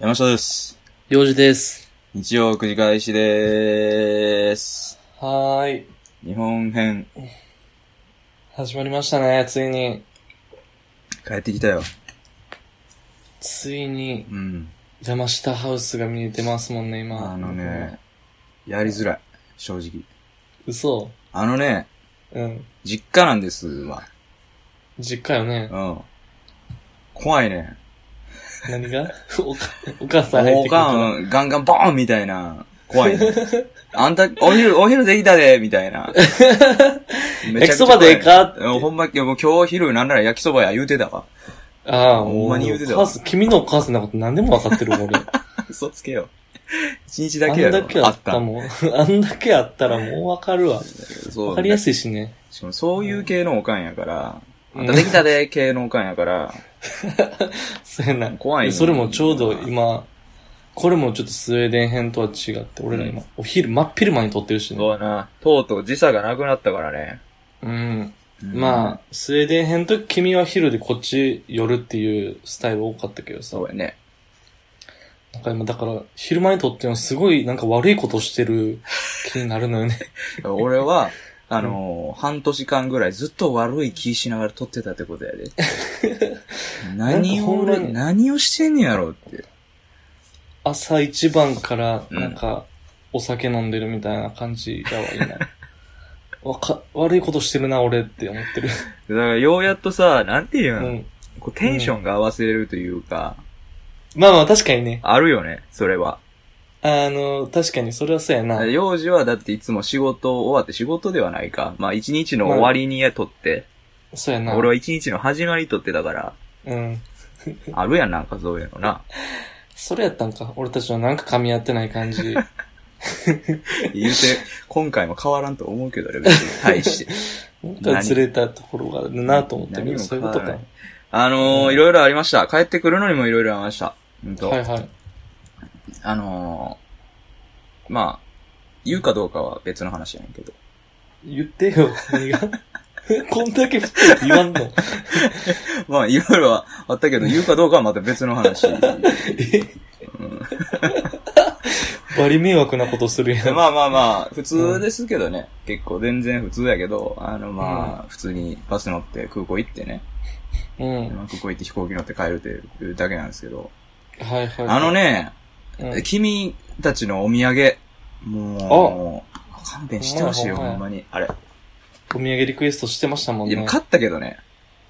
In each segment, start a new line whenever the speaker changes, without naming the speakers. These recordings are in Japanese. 山下です。
領事です。
日曜繰り返しでーす。
はーい。
日本編、
始まりましたね、ついに。
帰ってきたよ。
ついに、
うん。
山下ハウスが見えてますもんね、今。
あのね。、やりづらい。正直。
嘘
あのね、
うん。
実家なんですわ。
実家よね。
うん。怖いね。
何が おかお母さん入って
お
くると。
かん、ガンガンボーンみたいな。怖 いね。あんた、お昼、お昼できたで、みたいな。めちゃくちゃ怖い
焼きそばでええかって
うんほんま、いやもう今日昼なんなら焼きそばや言うてたわ。
ああ、
ほんまに言うてたよ
お母さん君のお母さんのこと何でも分かってるもん、俺。
嘘つけよ。一日だ
あ
けや
ん
ろ。
だけあったもん。 あんだけあったらもう分かるわ。
そう。
分かりやすいしね。
しかもそういう系のおかんやから、
うん
あんたできたで系のおかんやから、
そうやな。
怖いね
でそれもちょうど今、これもちょっとスウェーデン編とは違って、俺ら今、お昼、真っ昼間に撮ってるしね。
そうやな、とうとう時差がなくなったからね。
うん。まあ、スウェーデン編と君は昼でこっち夜っていうスタイル多かったけどさ
そ。うやね。
なんか今だから、昼間にとってのすごいなんか悪いことしてる気になるのよね。
俺 は、あのー半年間ぐらいずっと悪い気しながら撮ってたってことや で。何を
なんかほんま
俺、
に
何をしてんねやろって。
朝一番から、
うん
なんか、お酒飲んでるみたいな感じがはいいな。 わか、悪いことしてるな、俺って思ってる。
だからようやっとさ、なんていう、
うんん。
こうテンションが合わせれるというか、
まあまあ、確かにね。
あるよね、それは。
あの、確かに、それはそうやな。
幼児はだっていつも仕事終わって仕事ではないか。まあ一日の終わりに撮って、
そうやな。
俺は一日の始まり撮ってたから、
うん。
あるやんなんかそういうの な。
それやったんか。俺たちのなんか噛み合ってない 感じ。
言うて、今回も変わらんと思うけどね、別 に対して。
なんかずれたところがあるなと思って
何
る
も
そういうことか。
変わあのー、いろいろありました。帰ってくるのにもいろいろありました。うんと、
はいはい。
あのー、まあ、言うかどうかは別の話やねんけ ど。
言ってよ、何が。 こんだけ振ってって言わ んの。
まあ、いろいろはあったけど、言うかどうかはまた別の 話。
え バリ迷惑なことするやん。
まあまあまあ、普通ですけどね。結構全然普通やけど、あのまあ、普通にバス乗って空港行ってね。
うん。
まあ空港行って飛行機乗って帰るっていうだけなんですけど。
はいはい。
あのね、
うん、
君たちのお土産、もう、勘弁してほしいよ、
ほんま
ほ
や
んまに。あれ。
お土産リクエストしてましたもん
いや、
ね。
買ったけどね。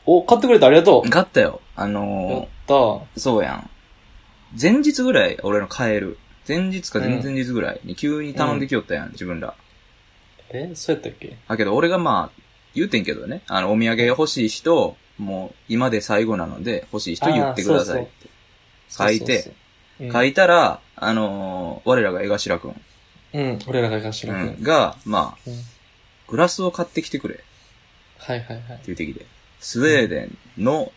お、買ってくれてありがとう。
買ったよ。あ
やっ
の
た。
ー、そうやん。前日ぐらい、俺の帰る。前日か前々日ぐらいに急に頼んできよったやん、自分ら。
え、そうやったっけ
だけど、俺がまあ、言うてんけどね。あの、お土産欲しい人、もう、今で最後なので、欲しい人言ってください。書いて。
そうそうそうそうそう
書いたら、あのー我らが江頭くん、
うん。うん、俺らがかしら
うん
く。
が、まあ、
うん
グラスを買ってきてくれ、って
はいはいはい。
言ってきて。スウェーデンの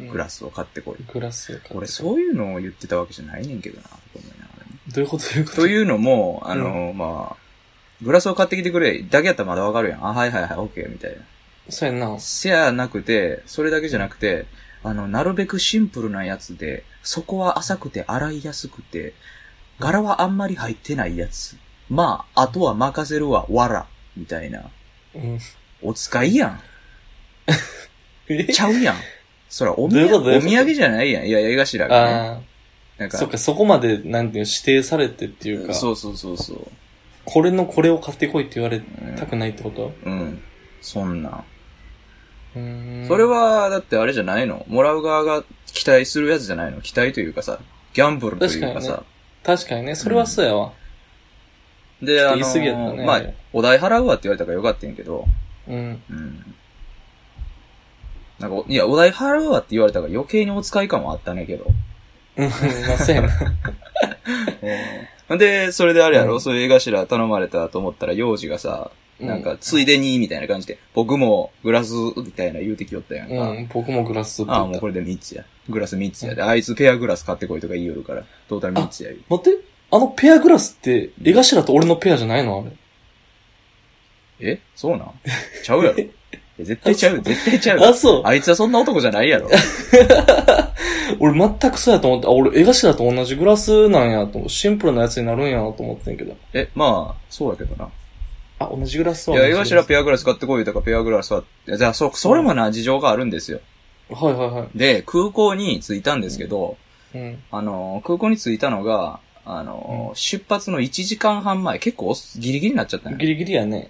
うん
グラスを買ってこい。
グラスを買って
俺、そういうのを言ってたわけじゃないねんけどな、と思いながらね
どういうことどういうこと
というのも、あのーまあ、グラスを買ってきてくれ、だけやったらまだわかるやん。あ、はいはいはい、オッケー、みたいな。
そうやんな。
せやなくて、それだけじゃなくて、あの、なるべくシンプルなやつで、そこは浅くて洗いやすくて、柄はあんまり入ってないやつ。まあ、あとは任せるわ、わら、みたいな。
うん。
お使いやん。
え
ちゃうやん。そら、お土
どういうことどうい
産、
う
お土
こと
産じゃないやん。いや、絵頭がね。
あ
なん
あ、
か、
そっか、そこまで、なんていうの、指定されてっていうか、
そうそうそうそう。
これのこれを買ってこいって言われ
うん
たくないってこと
うん。そんなん。
うーん。
それは、だってあれじゃないのもらう側が期待するやつじゃないの期待というかさ、ギャンブルというか
確かに
さ
ね。確かにね、それはそうやわ。
で、
ちょっ
あ
と
の
言い過ぎやったね
まあ、お代払うわって言われたからよかったんやけど、
うん。
うん。なんか、いや、お代払うわって言われたから余計にお使い感はあったねんけど。
うん、まあ、そう やな。
ほんで、それであれやろ、
うん
そういう絵頭頼まれたと思ったら、幼児がさ、なんか、ついでに、みたいな感じで、僕もグラス、みたいな言うてきよったやん
う
か。
ん、うん僕もグラスって
ああ、も
言っ
う
た。
これで3つや。グラス3つやで、あいつペアグラス買ってこいとか言いよるから、トータル3つや言う。
待って、あのペアグラスって、江頭と俺のペアじゃないのあれ。
えそうなんちゃうや ろ。いや絶対ちゃう、絶対ちゃう。
あ、そう。
あいつはそんな男じゃないやろ。
俺全くそうやと思って、あ、俺、絵頭と同じグラスなんやと思う。シンプルなやつになるんやなと思ってんけど。
え、まあ、そうやけどな。
あ、同じグラス
い
は
や、
同
い
じグ
わ
ラス
しらペアグラス買ってこいとかペアグラスは、いやじゃあ、そ、それもな、事情があるんですよ。
はいはいは
で、空港に着いたんですけど、
い。うん。
あの、空港に着いたのが、あの、出発の1時間半前、結構ギリギリになっちゃったね。
ギリギリやね。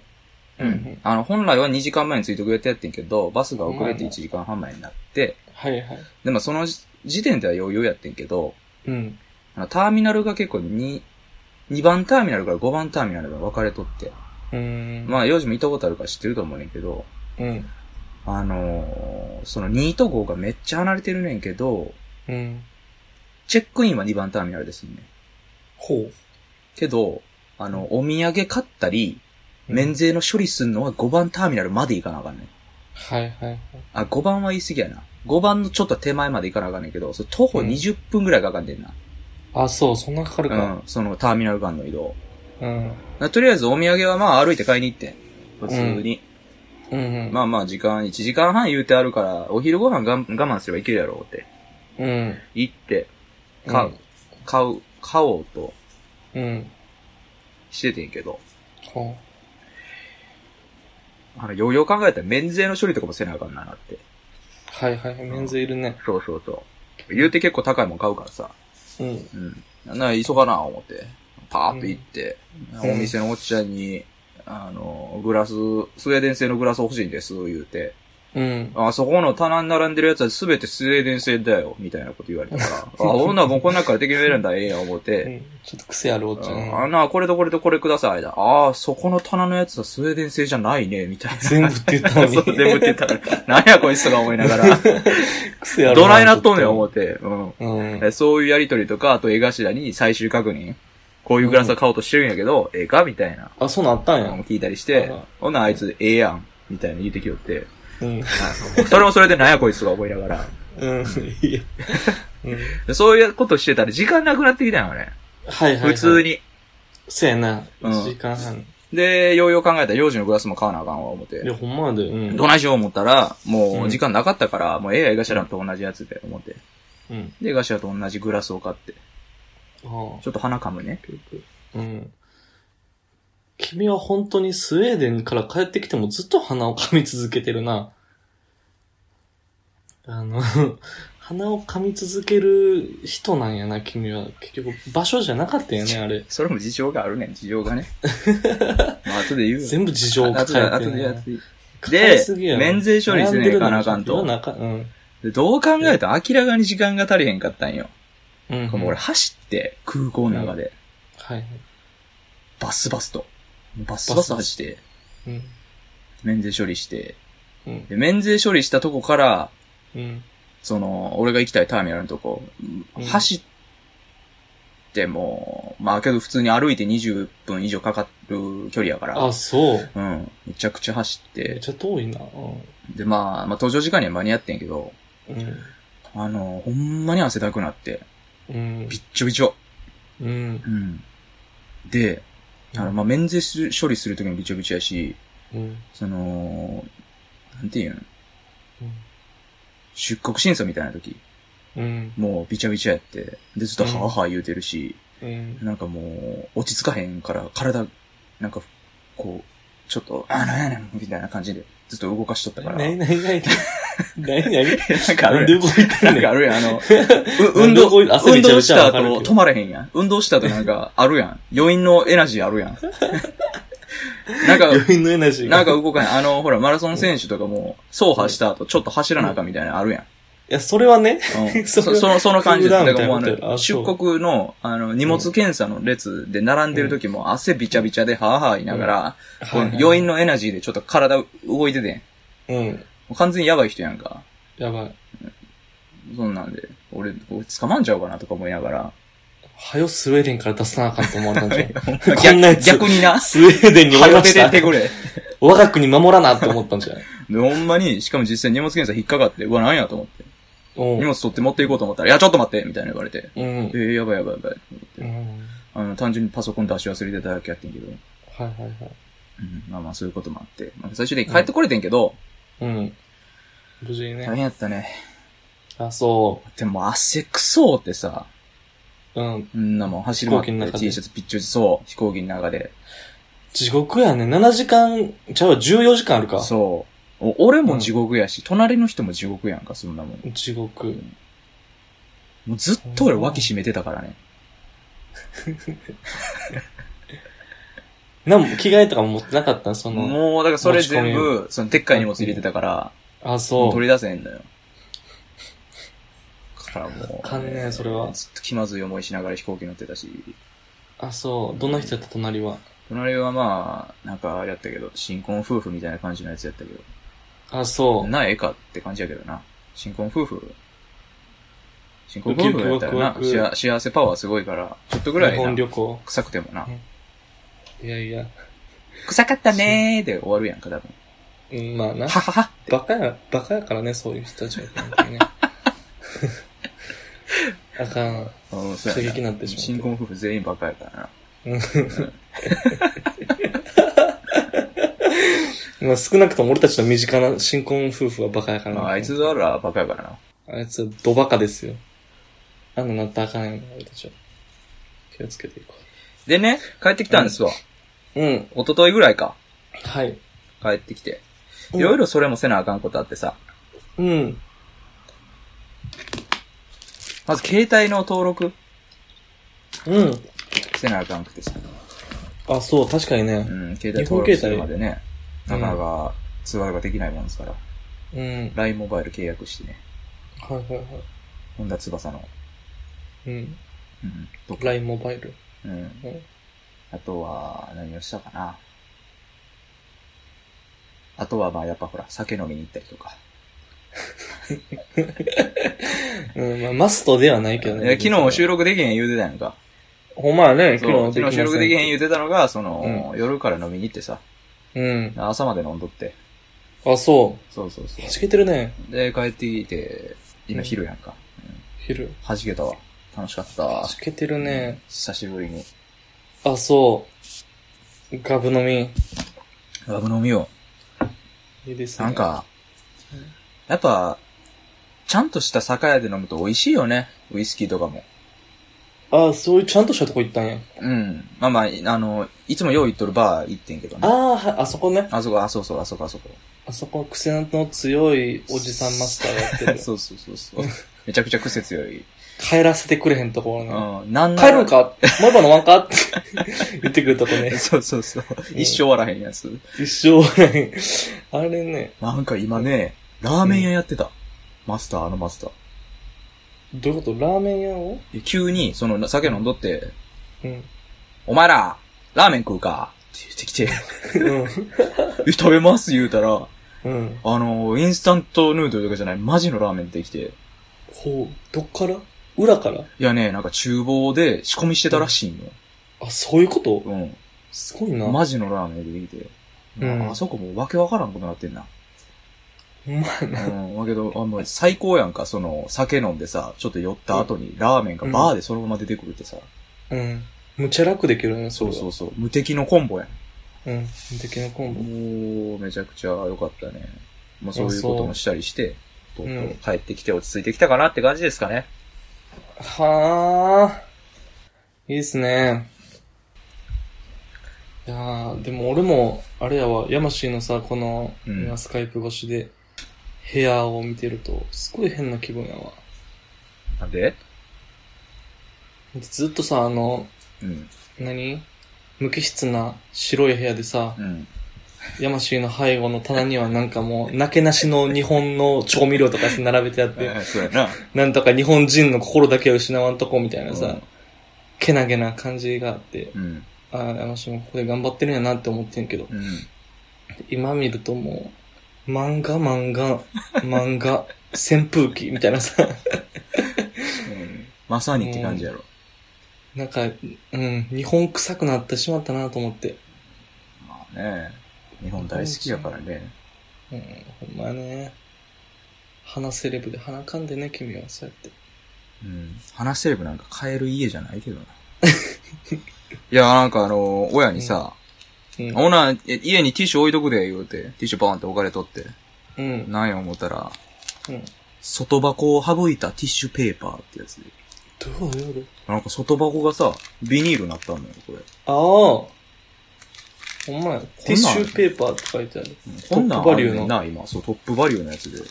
う。ん。あの、本来は2時間前に着いてくれてやってんけど、バスが遅れて1時間半前になって、
はいはい。
でもその時時点では余裕やってんけど、
うん。
あの、ターミナルが結構2、2番ターミナルから5番ターミナルが分かれとって、
うーん。
まあ、幼児も行ったことあるから知ってると思うねんけど、
うん。
あのーその2と5がめっちゃ離れてるねんけど、
うん。
チェックインは2番ターミナルですよね。
ほう。
けど、あの、お土産買ったり、免。税の処理すんのは5番ターミナルまで行かなあかんねん。
はいはいはい。
あ、5番は言い過ぎやな。5番のちょっと手前まで行かなあかんねんけど、それ徒歩
うん
20分ぐらいかかんねんな。
あ、そう、そんなかかる
う
か。
ん、そのターミナル間の移動。
うん。
なとりあえずお土産はまあ歩いて買いに行って。普通に。
うん。うん。
まあまあ時間、1時間半言うてあるから、お昼ご飯が我慢すればいけるやろうって。
うん。
行って、買う、買う、買おうと
うん。
しててんけど。
ほ
あの、ようよう考えたら免税の処理とかもせなあかんななって。
う。はいはい。免税いるね。
そうそうそう。言うて結構高いもん買うからさ。
うん。
うん。なんなら急がな、思って。パーって行って、
ん
お店のおっちゃんに、あの、グラス、スウェーデン製のグラス欲しいんです、言うて。
うん。
あ、そこの棚に並んでるやつは全てスウェーデン製だよ、みたいなこと言われた から。あ、女はもうこんなから敵に選んだらええやん、思っ
う
て。
んちょっと癖あるおっちゃ
ああ
ん。
な、これとこれとこれください。ああ、そこの棚のやつはスウェーデン製じゃないね、みたいな。
全部って言ったの に。
そう全部って言ったのに。何やこいつとか思いながら。
癖ある。
どないなっとんねん、思って。うん。
うん。
えそういうやりとりとか、あと絵頭に最終確認。こういうグラスは買おうとしてるんやけど、ええかみたいな。
あ、そうなったんや。
聞いたりし
あ
て
ら、
ほんならあいつ、ええやん。みたいな言うてきよって。
うん。
それもそれでなんやこいつとか思いながら。
うん。いや。うん。
でそういうことしてたら時間なくなってきたんよね。
はいはいはい。
普通
に。
に。
せやな。
うん
1時間半。
で、ようよう考えたら幼児のグラスも買わなあかんわ、思って
い。や、ほんまやで。うん。
どないしよう思ったら、も
う
うん時間なかったから、もうええや、絵頭と同じやつで、思って。
うん。
で、絵頭と同じグラスを買って。
ああ
ちょっと鼻噛むね。
うん。君は本当にスウェーデンから帰ってきてもずっと鼻を噛み続けてるな。あの、 鼻を噛み続ける人なんやな、君は。結局、場所じゃなかったよね、あれ。
それも事情があるねん、事情 がね。まあ、後で言うよ。
全部事情を
あと
抱え
で、後
てる
で、
な
後で。
抱えすぎやろ
で免税処理せねえかなあかんと
悩でるな自分の中
でどう考えたら明らかに時間が足りへんかったんよ。
うん。うん。
もう俺走って、空港の中で、
はい。
バスバスと。バスバス走って、
うん。
免税処理して。
うん。
で免税処理したとこから、
うん。
その、俺が行きたいターミナルのとこ、
うん
走っても、まあけど普通に歩いて20分以上かかる距離やから、
あ、そう。
うん、めちゃくちゃ走っ、
めってちゃ遠いな。
でまあ、まあ登場時間には間に合ってんけど、
うん。
あの、ほんまに汗だくなって、
うん
び。っちょびちょ。
うん。
うん。で、あの、まあ、免税する処理するときもびちょびちょやし、
うん。
その、なんていうん
うん
出国審査みたいな時、
うん。
もうびちゃびちゃやって、で、ずっと
うん
はあはあ言うてるし、
うん。
なんかもう、落ち着かへんから、体、なんか、こう、ちょっと、あ、なんやねん、みたいな感じで、ずっと動かしとったから。
なになになになになに
なんかあ
なん
る
で
や
動いて
ん。
ん
な
ね
んかあ
ん。
るやん、あの、う
なん
運
で
動、
こういう汗
運
びちゃ
動
び
し
ちゃ
た
わかるけど
後止まれへんやん。運動した後なんか、あるやん。余韻のエナジーある やん。なんか、
余韻のエナジーが。
なんか
い
動かない。あの、ほら、マラソン選手とかも、走破した後、ちょっと走らなあかんみたいなのあるやん。
や、それはね。
うん、
そ
そ
れは
その、その感じで
クー
だ
ルダウン
からもうあ
みたいなことや
の
あそ
出
う
国の、あの、荷物検査の列で並んでる時も、汗びちゃびちゃで、はぁはぁ言いながら、こう余韻
の。
のエナジーでちょっと体動いててん。も
うん。
う完全にやばい人やんか。
やばい。
そんなんで、俺、こう捕まんちゃうかなとか思いながら。
はよスウェーデンから出さなあかんと思われたんじ ゃん。 こんなや
逆
つ
逆 にな、
スウェーデンに追い
早
ま
出
してた
っ。てくれ。
我が国守らなって思ったんじゃん。
で、ほんまに、しかも実際荷物検査引っかかって、うわ、なんやと思って。
うん
荷物取って持っていこうと思ったら、いや、ちょっと待ってみたいな言われて。
うん
え。ー、やばいやばいやばい。
うん。
あの、単純にパソコン出し忘れてただけやってんけど。
はいはいはい。
うん、まあまあ、そういうこともあって。まあ、最終的に帰ってこれてんけど、
うん。無事にね
大。変やったね。
あ、そ
でも汗くそーってさ、
う。うん。
んなもん走り回って
飛行機の中で
T シャツピッチュリそう、飛行機の中で。
地獄やね。7時間、ちゃうわ、14時間あるか。
そう。お俺も地獄やし、隣の人も地獄やんか、そんなもん。
地獄。
もうずっと俺脇締めてたからね。
なんも着替えとかも持ってなかったんその、
もう、だからそれ全
持
部、その、でっかい荷物入れてたから、
あ、
もう
そ
取
う。
り出せへんのよ。からもう。
かんねえそれは
ずっと気まずい思いしながら飛行機乗ってたし、
あ、そう。どんな人やった隣は。
隣はまあ、なんかあれやったけど、新婚夫婦みたいな感じのやつやったけど、
あ、そ
こん
う。
なええかって感じやけどな。新婚夫婦。新婚夫婦やったらな、
ウキウキワクワ
幸
ク
幸せパワーすごいから、ちょっとぐら
日
い
本
な
旅行。
臭くてもな、
いやいや。
臭かったねーで終わるやんか、多分。
うん、まあな。
ははは
バカや、バカやからね、そういう人たちは。本 当にねあかん。
うん、そう
刺
や
激に
な。
なってしまう。
新婚夫婦全員バカやからな。
まあ少なくとも俺たちの身近な新婚夫婦はバカやから
ま
な。
あ、あいつだらバカやからな。
あいつはドバカですよ。あんななったらあかんよ、俺たちは。気をつけていこ
でね、帰ってきたんですわ。
う。うん。
一昨日ぐらいか。
はい。
帰ってきて。いろいろそれもせなあかんことあってさ。
うん。
まず携帯の登録
うん。
せなあかんくてさ。
あ、そう、確かに
う
ね。
ん、携帯登録するまでね、
日本携
な
帯
かなか通話ができないもんですから。
うん。
LINE モバイル契約してね、
はいはいは
本田翼の、
い。うん。
うん、とか、
LINE モバイル。
うん。
うん
あとは、何をしたかな。あとは、まあ、やっぱほら、酒飲みに行ったりとか。
うん、まあマストではないけど
いや。
ね
昨日収録できへん言うてたやんか。
ほんまやね、
そう
昨
昨
日
日収録できへん言うてたのが、その、
う
夜から飲みに行ってさ、
うん。
朝まで飲んどって。
あ、そ。
そうそうそう
弾けてるね、
う。で、帰ってきて、今昼やんか。
昼。
弾けたわ。楽しかった
弾
わ。
けてるね。
久しぶりに。
あ、そう。ガブ飲み。
ラブ飲みよう。
いいですね。
なん。か、やっぱ、ちゃんとした酒屋で飲むと美味しいよね。ウイスキーとかも。
あ、そういうちゃんとしたとこ行ったんや。
うん。まあまあ、いあの、いつも用意っとるバー行ってんけど
あ
ね。
あ、はいあそこね。
あそこ、あ、そうそう、あそこ、あそこ。。
あそこは癖の強いおじさんマスターがやって る
そうそうそうそう。めちゃくちゃ癖強い。
帰らせてくれへんところ
う
な。
ん。なんな
帰
ら
るんかもう今飲まんかって言ってくる とこね。
そうそうそう。一生笑わへんやつ。
一生笑いあれね、
なんか今ね、ラーメン屋やってた。マスター、あのマスター。
どういうことラーメン屋を
で急に、その、酒飲んどって、
うん。
お前ら、ラーメン食うかって言ってきて、
う
え食べます言うたら、
ん。うん。
あの、インスタントヌードルとかじゃない、マジのラーメンってきて。
ほう、どっから裏から
いやね、なんか厨房で仕込みしてたらしいんよ。
あ、そういうこと
うん。
すごいな。
マジのラーメンでできて。
うん
ああそこもう訳わからんことなってんな。
ほんまや
う
な。
ん。だけど、あもう最高やんか、その、酒飲んでさ、ちょっと酔った後にラーメンがバーでそのまま出てくるってさ。
うん。むちゃ楽できるね、
そ
れ
う
は
そうそう。無敵のコンボやん。
うん。無敵のコンボ。
もう、めちゃくちゃ良かったね。まあそういうこともしたりして、とうと
う
うん帰ってきて落ち着いてきたかなって感じですかね。
はあ。いいですね。いやーでも俺も、あれやわ、ヤマシーのさ、この、
うん
今スカイプ越しで、部屋を見てると、すごい変な気分やわ。
なんで
ずっとさ、あの、
うん。
何無機質な白い部屋でさ
う、ん。
ヤマシーの背後の棚にはなんかもう、なけなしの日本の調味料とか並べてあって、
えそうやな。
なんとか日本人の心だけは失わんとこみたいな
う
さ
ん、
けなげな感じがあって、
うん。
ああ、山下もここで頑張ってるんやなって思ってんけど、
うん。
今見るともう、漫画漫画、漫画、 扇風機みたいなさ、
まさにって感じやろ。
なんか、うん、日本臭くなってしまったなと思って。
まあね、日本大好きやからね。
うん、ほんまね。鼻セレブで鼻かんでね、君は、そうやって。
うん。話セレブなんか買える家じゃないけど な。いや、なんかあの、親にさ、
うん。
ほな、え家にティッシュ置いとくで、言うて、ティッシュバーンって置かれとって、
うん。
なんや思ったら、
うん。
外箱を省いたティッシュペーパーってやつで。
どうやる
なんか外箱がさ、ビニールになったんだよ、これ。
ああ。ほんまや。ティッシュペーパーって書いてある。
こんなん
トップ
あ
バリ
る
ュー
ね
の
んな、今。そう、トップバリューのやつで。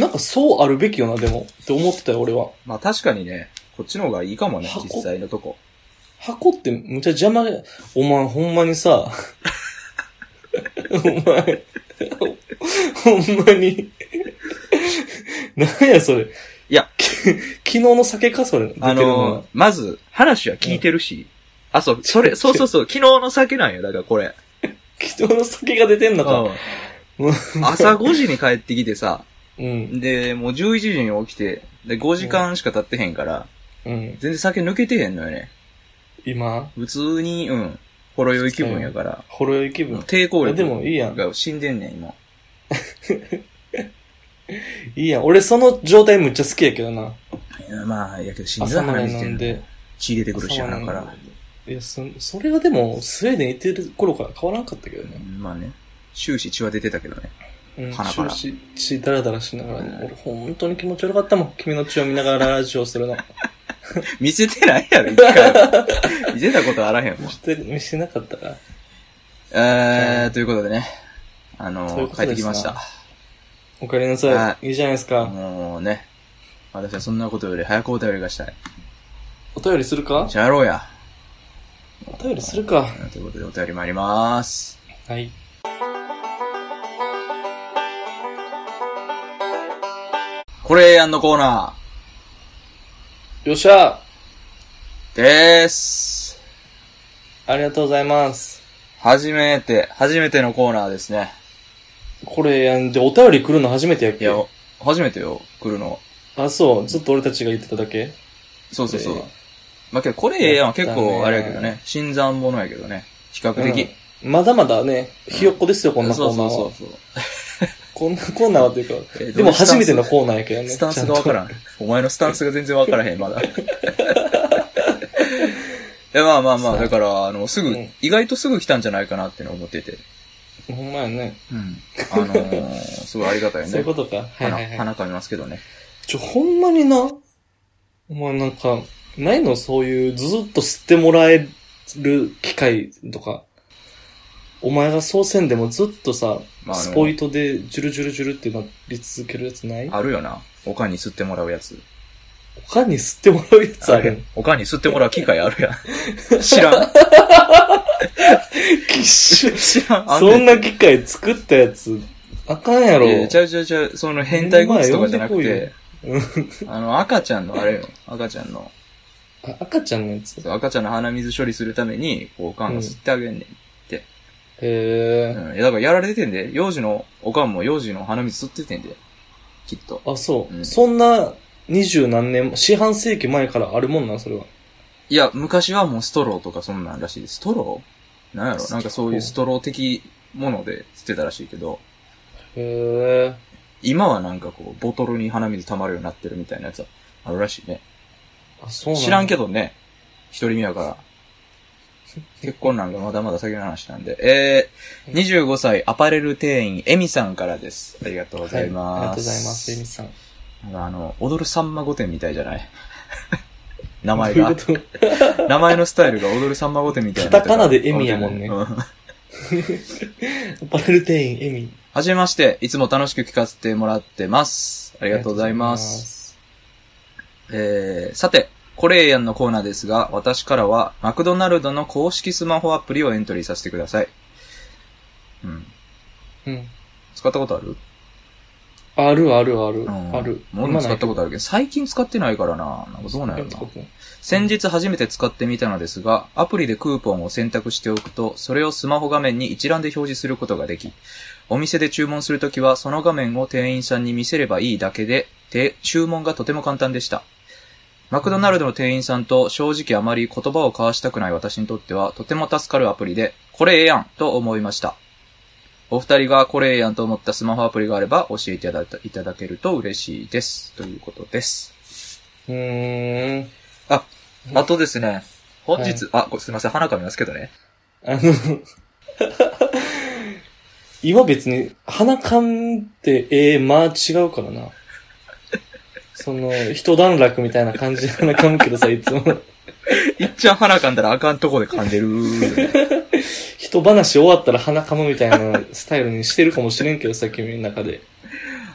なんかそうあるべきよな、でも。って思ってたよ、俺は。
まあ確かにね、こっちの方がいいかもね、
箱
実際のとこ。
箱ってむちゃ邪魔で、お前ほんまにさ、 お前、ほんまに、なんやそれ。
いや
き、昨日の酒か、それ。
あ
出てるの
の
は
ー、まず、話は聞いてるし。あ、そう、そ れ、そうそうそう、昨日の酒なんよ、だからこれ。
昨日の酒が出てんのか。
うん朝5時に帰ってきてさ、
うん。
で、もう11時に起きて、で、5時間しか経ってへんから、
うん。
全然酒抜けてへんのよね。
今、
普通に、うん、ほろ酔い気分やから。
ほろ酔い気
もう
分。
抵抗
えで
力
もいいやん。
が死んでんねん、今。
いいやん。俺その状態むっちゃ好きやけどな。
いやまあ、やけど死んで
朝
た
まで
話し
飲
て
ん
んで。
で。
血出てくるし、鼻か
朝ま
ら
で。飲んでいや、そ、それはでも、スウェーデン行ってる頃から変わらんかったけどね。
まあね、終始血は出てたけどね。
うん、
鼻から
血血だらだらしながら、俺本当に気持ち悪かったもん。君の血を見ながらラジオするの。
見せてないやろ、一回 も。見せたことあらへんもん。
して、見してなかったから。
えー、ということでね、あ
そういう
の帰
こと
って
ですな
きました。
おかえりなさ。
はい
いいじゃないですか。
もうね、私はそんなことより早くお便りがしたい。
お便りするか
じゃあやろうや。
お便りするか。
ということでお便り参ります。
はい。
これやんのコーナ
よっしゃ
ーでーす。
ありがとうございます。
初めて、初めてのコーナーですね。
これやんで、お便り来るの初めてやっ
い
け
や、初めてよ、来るの。
あ、そう。ずっと俺たちが言ってただけ
そうそうそう
これ。
まあ、けど、これええやん。結
やった
構、
ね
あれやけどね。新参者やけどね。比較的。
うんまだまだね、ひよっこですよ、こんなコーナーは。
そうそうそう
こんなコーナーはというか
え、
でも初めてのコーナーやけどね。
スタンスがわから
ん。
ん。お前のスタンスが全然わからへん、ま だ。え、まあまあまあ、
そう
だから、あの、すぐ、
うん
意外とすぐ来たんじゃないかなっていうのを思ってて。
ほんまやね。
うん。あのー、 すごいありがたいね。
そういうことか。はい
花
はいはい。
花噛みますけどね。
ちょ、ほんまにな。お前なんか、ないのそういう、ずっと吸ってもらえる機会とか。お前がそうせんでもずっとさ、
まああの
スポイトでジュルジュルジュルってなり続けるやつない
あるよな。おかんに吸ってもらうやつ。
他に吸ってもらうやつある
おかんに吸ってもらう機会あるやん。知らん。
きっ しゅ
知らん。あ
そ
ね
んな機会作ったやつ、あかんやろ。
いやちゃうちゃうちゃう、その変態グッズとかじゃなく
お前
て、あの、赤ちゃんの、あれよ、赤ちゃんの、
あ赤ちゃんのやつ。へ
赤ちゃんの鼻水処理するために、こう、おかんが吸ってあげんねん。
え。
うん。いや、だからやられててんで、幼児の、おかんも幼児の鼻水吸っててんで、きっと。
あ、そうう。
ん
そんな、二十何年、四半世紀前からあるもんなん、それは。
いや、昔はもうストローとかそんなんらしいです。ストローなんやろなんかそういうストロー的もので吸ってたらしいけど、
へえ。
今はなんかこう、ボトルに鼻水溜まるようになってるみたいなやつはあるらしいね。
あ、そうなん
知らん
け
けどね。一人目やから。 結婚なんかまだまだ先の話なんで。えー、25歳アパレル店員、エミさんからです。ありがとうご
ど
ざいます。
ありがとうございます、エミさん。
なんかあの、踊るさんま御殿みたいじゃない 名前
どうい
が
う、こと
名前のスタイルが踊るさんま御殿みたいな。
カタカナでエミやもんね
う
アパレル店員、エミ。
はじめまして、いつも楽しく聞かせてもらってます。あ
あ
りがとうございます。。えー、さて、コレイアンのコーナーですが、私からは、マクドナルドの公式スマホアプリをエントリーさせてください。うん。
うん。
使ったことある
あるあるある。
うん
ある。
俺も使ったことあ
あ
るけど、最近使ってないからな。なんかどうなんやろな。
る。
先日初めて使ってみたのですが、アプリでクーポンを選択しておくと、それをスマホ画面に一覧で表示することができ、お店で注文するときはその画面を店員さんに見せればいいだけで、て注文がとても簡単でした。マクドナルドの店員さんと正直あまり言葉を交わしたくない私にとってはとても助かるアプリで、これええやんと思いました。お二人がこれええやんと思ったスマホアプリがあれば教えていただいただけると嬉しいです。ということです。
うーん。
あとですね、本 日、あ、これすいません、花かみますけどね。
あの、岩別に鼻かんでええまあ違うからな。その、一段落みたいな感じで鼻かむけどさ、い つも。
いっちゃん鼻噛んだらあかんとこで噛んでるよ ね。
一話終わったら鼻かむみたいなスタイルにしてるかもしれんけどさ、君の中で。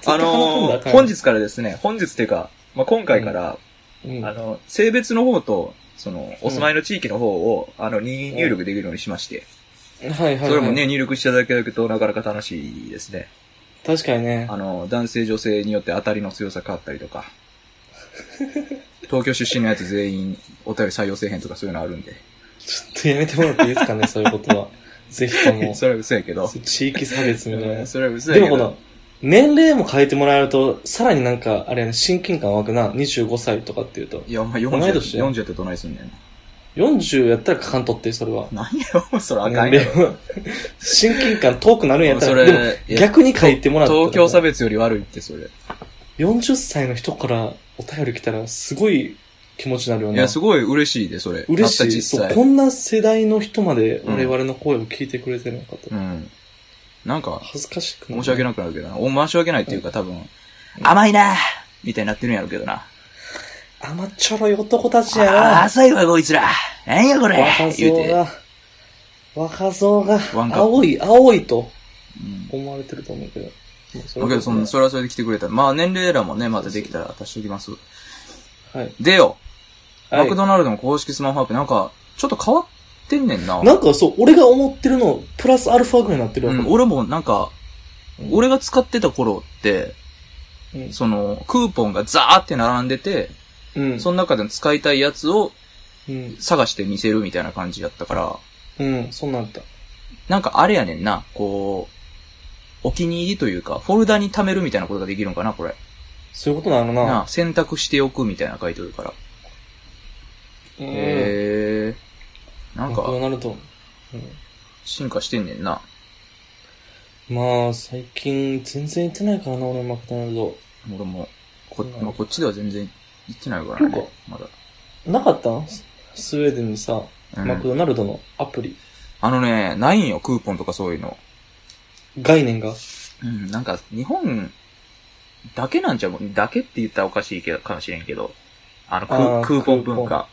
あのー本、日からですね、本日っていうか、まあ、今回から、
うん、
あの、性別の方と、その、お住まいの地域の方を、あの、任意入力できるようにしまして、
はいはい、はい。
それもね、。入力していただけるとなかなか楽しいですね。
確かにね。
あの、男性女性によって当たりの強さ変わったりと か、東京出身のやつ全員お便り採用せえへんとかそういうのあるんで、
ちょっとやめてもらっていいで すかね、そういうことは。ぜひとも。
それは嘘やけど、
地域差別みたいな。
それは嘘や
で
け
もこ
ど
の、、年齢も変えてもらえると、さらになんか、あれやね、親近感湧くな。25歳とかっていうと。
いや、お前
同い
40、
年や
40やってどないすんねん
40やったらかかんとって、それは。
な。なんやろ、それあかんや
年
ろ。
齢は 親近感遠くなるんやった
そ
ら、
れ
でも
いや
逆に書いてもらったら。
東京差別より悪いって、それ。
40歳の人からお便り来たら、すごい気持ちになるよ
い
な。
や、すごい嬉しいで、それ。な
嬉
った
しい。
実
そう、
際。
こんな世代の人まで
うん
我々の声を聞いてくれてるのかと。
うん。なんか、
恥ずかしく
申し訳
ない。
なくなるけどな。お申し訳ないっていうか、多分、甘いなみたいになってるんやろうけどな。
甘っちょろい男たちやな。
あ浅いわ、こいつら。なんやこれ
若
言う
造
て。
が、若造が
ワン、カップ
青い、青いと
うん
思われてると思うけど。まあそ
だけど、その、
は
それはそれで来てくれたら。まあ、年齢欄もね、またできたら足しておきます。
い。
でよ、
は
マク
い。
ドナルドの公式スマホアプリ、なんか、ちょっと変わってんねんな。
なんかそう、俺が思ってるの、プラスアルファぐらいになってる
う
わ
ん、俺もなんか
う、ん
俺が使ってた頃って、
うん
その、クーポンがザーって並んでて、
うん。
その中でも使いたいやつを
うん。
探して見せるみたいな感じやったから、
うん。そんなんあった。
なんかあれやねんな、こう、お気に入りというか、フォルダに貯めるみたいなことができるんかな、これ。
そういうことなの
な
な。
あ選択しておくみたいな書いてるから。
うん
へえ。な
マ
ん
クド
か、
ナルド。うん
進化してんねんな。
まあ、最近、全然行ってないからな、俺マクドナルド。
俺も、こ,、
うん
まあ、こっちでは全然行ってないから
なんか
ね。まだ。
なかったんススウェーデンにさ、
うん
マクドナルドのアプリ。
あのね、ないんよ、クーポンとかそういうの。
概念が。
うん、なんか、日本だけなんちゃうもんだけって言ったらおかしいけど、かもしれんけど。あの、ク
あー
クーポン文化。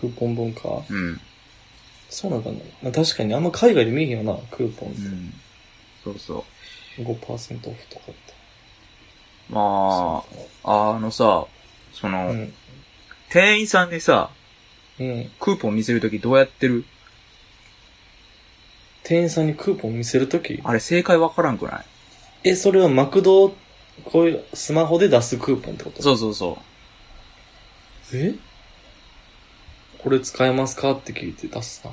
クーポン文化。
うん。
そうなんだね。まあ確かに、あんま海外で見えへんよな、クーポンっ
う
て。
ん。そうそ
5%オフとかって。
う。まあ、あのさ、その、
うん。
店員さんにさ、
うん。
クーポン見せるときどうやってる
店員さんにクーポン見せるとき、
あれ正解わからんくない
え、それはマクド、こういうスマホで出すクーポンってこと
そうそうそう。
えこれ使えますかって聞いて出すな。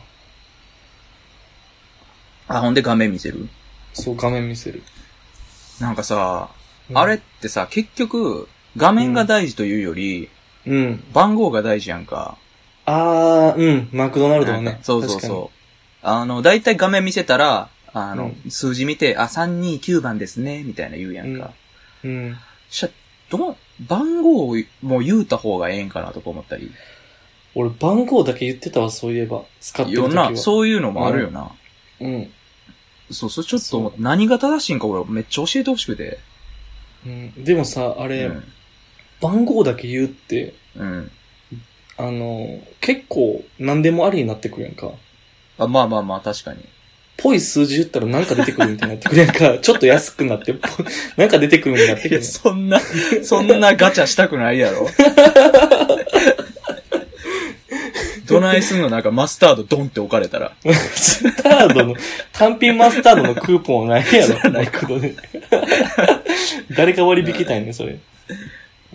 あ、ほんで画面見せる
そう、画面見せる。
なんかさ、
うん
あれってさ、結局、画面が大事というより、
うん。
番号が大事やんか。
あー、うん。マクドナルドは
なん
ね
か。そうそう
確かに
そう。あの、だいたい画面見せたら、あの、
う
数字見て、あ、329番ですね、みたいな言うやん
うん
か。
うん。
しゃ、どう、番号をもう言うた方がええんかなとか思ったり。
俺、番号だけ言ってたわ、そういえば。使って
い
る
ろ
時
ん
は。
な、そういうのもあるよな。
うん。
そう、それちょっと
そ
思っ
う
て、何が正しいんか俺めっちゃ教えてほしくて。
うん。でもさ、あ
う
れ、
ん。
番号だけ言うって、
うん。
あの、結構、何でもありになってくるやんか。
あ、まあまあまあ、確かに。
ぽい数字言ったらなんか出てくるみたいになってくるや んか。ちょっと安くなって、ぽいなんか出てくるみたいになって
い
くる
や、
やん。
そん な、そんなガチャしたくないやろ。どないすんのなんかマスタードドンって置かれたら。
マスタードの、単品マスタードのクーポンはないや
そ
ろ、
うな
マ
い
ク ドで。誰か割引たいね、それ。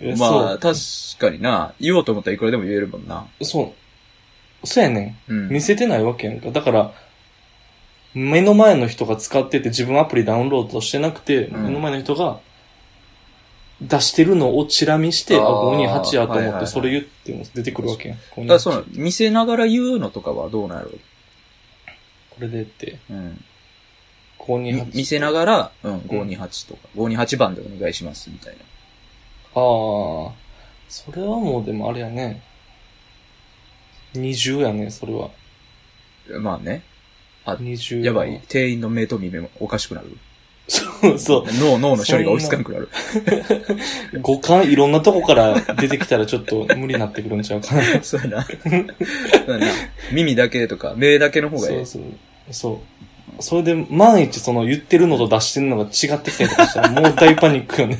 いや
まあ、確かにな。言おうと思ったらいくらでも言えるもんな。
そう。そう。そうやね。
うんん
見。せてないわけやんか。だから、目の前の人が使ってて自分アプリダウンロードしてなくて、
うん
目の前の人が出してるのをチラ見して、あ、
あー
528やと
はいは
思っ
いは
て
い
それ言っても出てくるわけやん。
だ
528
からその、見せながら言うのとかはどうなる
これでって、
うん。み
528。
見せながら、うん、528とか、528番でお願いします、みたいな。
ああ、それはもうでもあれやね。20やね、それは。
まあね。
20。
やばい。。店員の目と耳もおかしくなる。
そうそう。
脳、脳の処理が追いつかんくなる。
五感いろんなとこから出てきたらちょっと無理になってくるんちゃうかな。
そうやな。そうやな。耳だけとか、目だけの方がい
そ。
いう
そう。そう。それで万一その言ってるのと出してるのが違ってきたりとかしたらもう大パニ ックよね。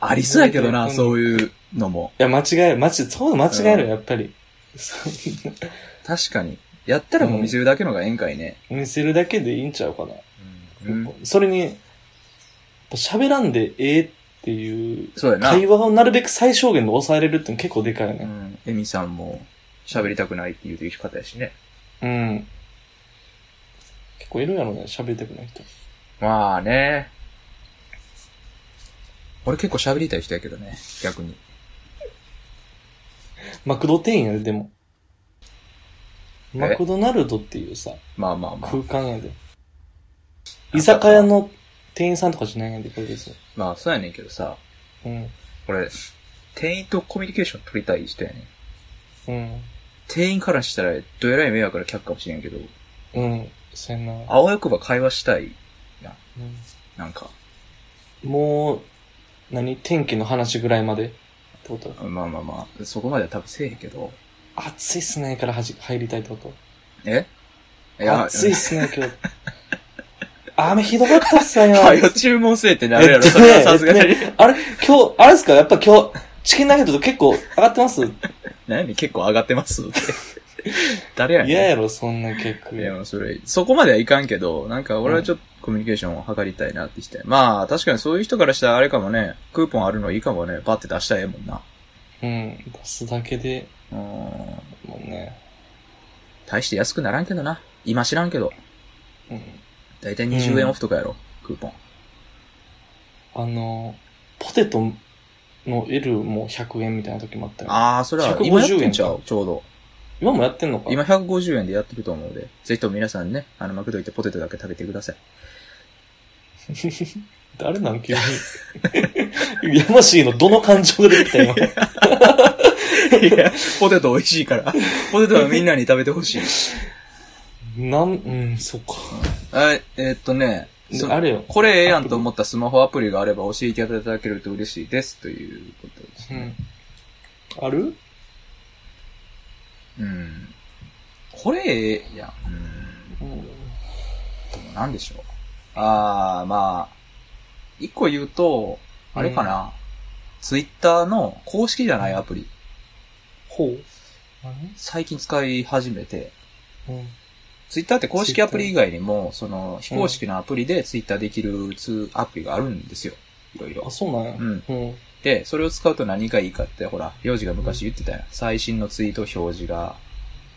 ありそうやけど
う
な、
ん
そういうのも。
いや、間違える。間違え、そう間違える、やっぱり。そう
確かに。やったらもう見せるだけのがええんかいね。
見せるだけでいいんちゃうかな。
うん
それに、やっぱ喋らんでええっていう、
そうやな。
会話をなるべく最小限で抑えれるっての結構でかい
う
よね。
ん。エミさんも喋りたくないっていう方やしね。
うん。結構いるやろね、喋りたくない人。
まあね。俺結構喋りたい人やけどね、逆に。
マクド店員やで、でも。マクドナルドっていうさ、
まあまあまあ。
空間やで。居酒屋の店員さんとかじゃないんやで、これですよ。
まあそうやねんけどさ、
うん。
俺、店員とコミュニケーション取りたい人やねん。
うん。
店員からしたらどえらい迷惑な客かもしれんけど、
うん。せんな。
あわよくば会話したい。
うん
なんか、
もう、何天気の話ぐらいまでってこと
まあまあまあ、そこまでは多分せえへんけど。
暑いっすねからはじ入りたいってこと
えい
暑いっすね、今日。雨ひどかったっす ね、
はよ注文せえってなるやろ、
え
そ
っと
れ
ね
はさすがに。
あれ今日、あれっすかやっぱ今日、チキンナゲットと結構上がって ます
何やねん結構上がってます って。誰やねん。
嫌やろ、そんな結構。
いや、まあそれ、そこまではいかんけど、なんか俺はちょっとコミュニケーションを図りたいなってして。まあ、確かにそういう人からしたらあれかもね、クーポンあるのいいかもね、パって出したらええもんな。
うん。出すだけで、
うーん。
もうね。
大して安くならんけどな。今知らんけど。
うん。
だいたい20円オフとかやろ、クーポン。
あの、ポテトの L も100円みたいな時もあったよ。
あー、それは
150
今やってんちゃうちょうど。
今もやってんのか
今150円でやってると思うので、ぜひとも皆さんね、あの、マクド行ってポテトだけ食べてください。
誰なん急に。 やましいのどの感情が出てきた今。
いや、ポテト美味しいから。ポテトはみんなに食べてほしい。
なん、うん、そっか。
はい、えーっとね、
で
そ
あれよ。
これええやんと思ったスマホアプリがあれば教えていただけると嬉しいですということです
う
ね。
ん。ある
うん。これええやん。うん。
うん。
でもなんでしょう。あー、まあ、一個言うと、あれかな。ツイッターの公式じゃないアプリ、
ほう。あ
最近使い始めて、
れうん。
ツイッターって公式アプリ以外にも、その、非公式のアプリでツイッターできるツーアプリがあるんですよ。いろいろ
あ、。そうなんや。
うん。
うん。
で、それを使うと何がいいかって、ほら、幼児が昔言ってたやん。最新のツイート表示が、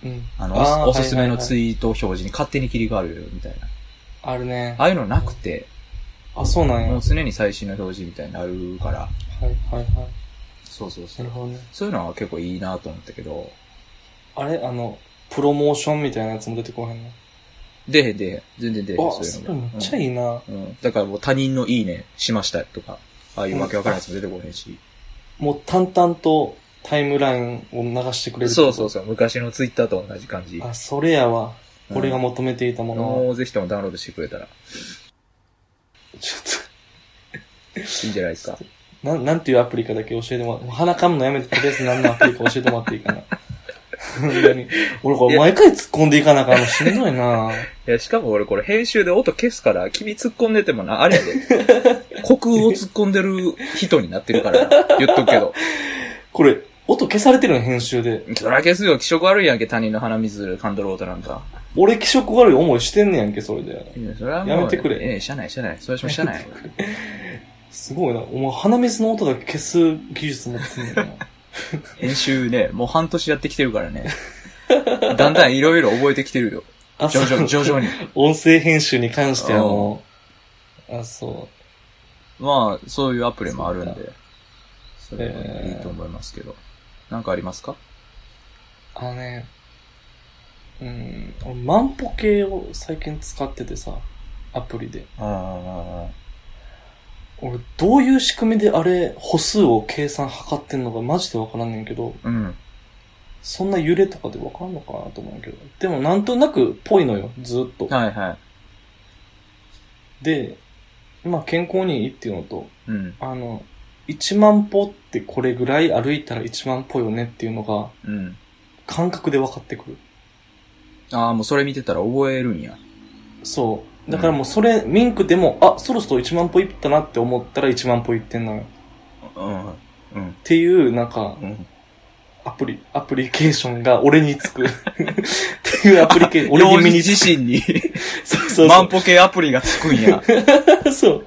うん。
あの、
あー
おおすすめのツ
はいはいはい
イート表示に勝手に切り替わるよ、みたいな。
あるね
あ。あいうのなくて、
あ、そうなんや。
も
は
う
い
常に最新の表示みたいになるから、
はいはい。
そうそうそう
なる。ほどね。
そういうのは結構いいなと思ったけど、
あれあの、プロモーションみたいなやつも出てこへんの。
出へん出へん。全然出へん。
あ、それめっちゃい
い。
いな。
うん。だからもう他人のいいねしましたとか、ああいうわけわからんやつも出てこへんし。
もう淡々とタイムラインを流してくれる。
そうそう。そう。昔のツイッターと同じ感じ。
あ、それやわ。
うん
俺が求めていたものは。
もうぜひともダウンロードしてくれたらい
ちょっと。
いんじゃないですか。
なん、なんていうアプリかだけ教えてもらって、鼻かむのやめて、とりあえず何のアプリか教えてもらってい いかな。ほんまに俺これ毎回突っ込んでいかなあかんのしんどいない
や、しかも俺これ編集で音消すから、君突っ込んでてもな、あれや で。虚空を突っ込んでる人になってるから、言っとくけど。
これ、音消されてるの編集で。
そら消すよ、気色悪いやんけ、他人の鼻水噛んどる音なんか。
俺気色悪い思いしてんねやんけ、それで。
いやそれはもう
やめてくれ
ええ、しゃあない、しゃあない。それはしもしゃあない。
すごいな。お前鼻水の音だけ消す技術持ってんねんな。
編集ね、もう半年やってきてるからね。だんだんいろいろ覚えてきてるよ。
あ
徐々に、
そう
徐々に。
音声編集に関してはもう。あ、そ
まあ、そういうアプリもあるんで、それ
え
は
え
いいと思いますけど。なんかありますか
う。あのね。うん。俺万歩計を最近使っててさ、アプリで。
あ
俺、どういう仕組みであれ、歩数を計算測ってんのかマジでわからんねんけど、
あ、うん。
そんな揺れとかでわかんのかなと思うけど。でも、なんとなく、ぽいのよ、ずっと。
はいはい。
で、まあ健康にいいっていうのと、
うん。
あの、1万歩ってこれぐらい歩いたら1万歩よねっていうのが
うん。
感覚で分かってくる。
ああ、もうそれ見てたら覚えるんや。
そう。だからもうそれ、ミンクでも、あ、そろそろ1万歩いったなって思ったら1万歩いってんのよ。っ
うん。うん。
ていう、なんか、
うん。
アプリ、アプリケーションが俺に つく。っていうアプリケーション、俺に身につく。
自身 に、
そうそう
万歩計アプリがつくん や。
そう。そう。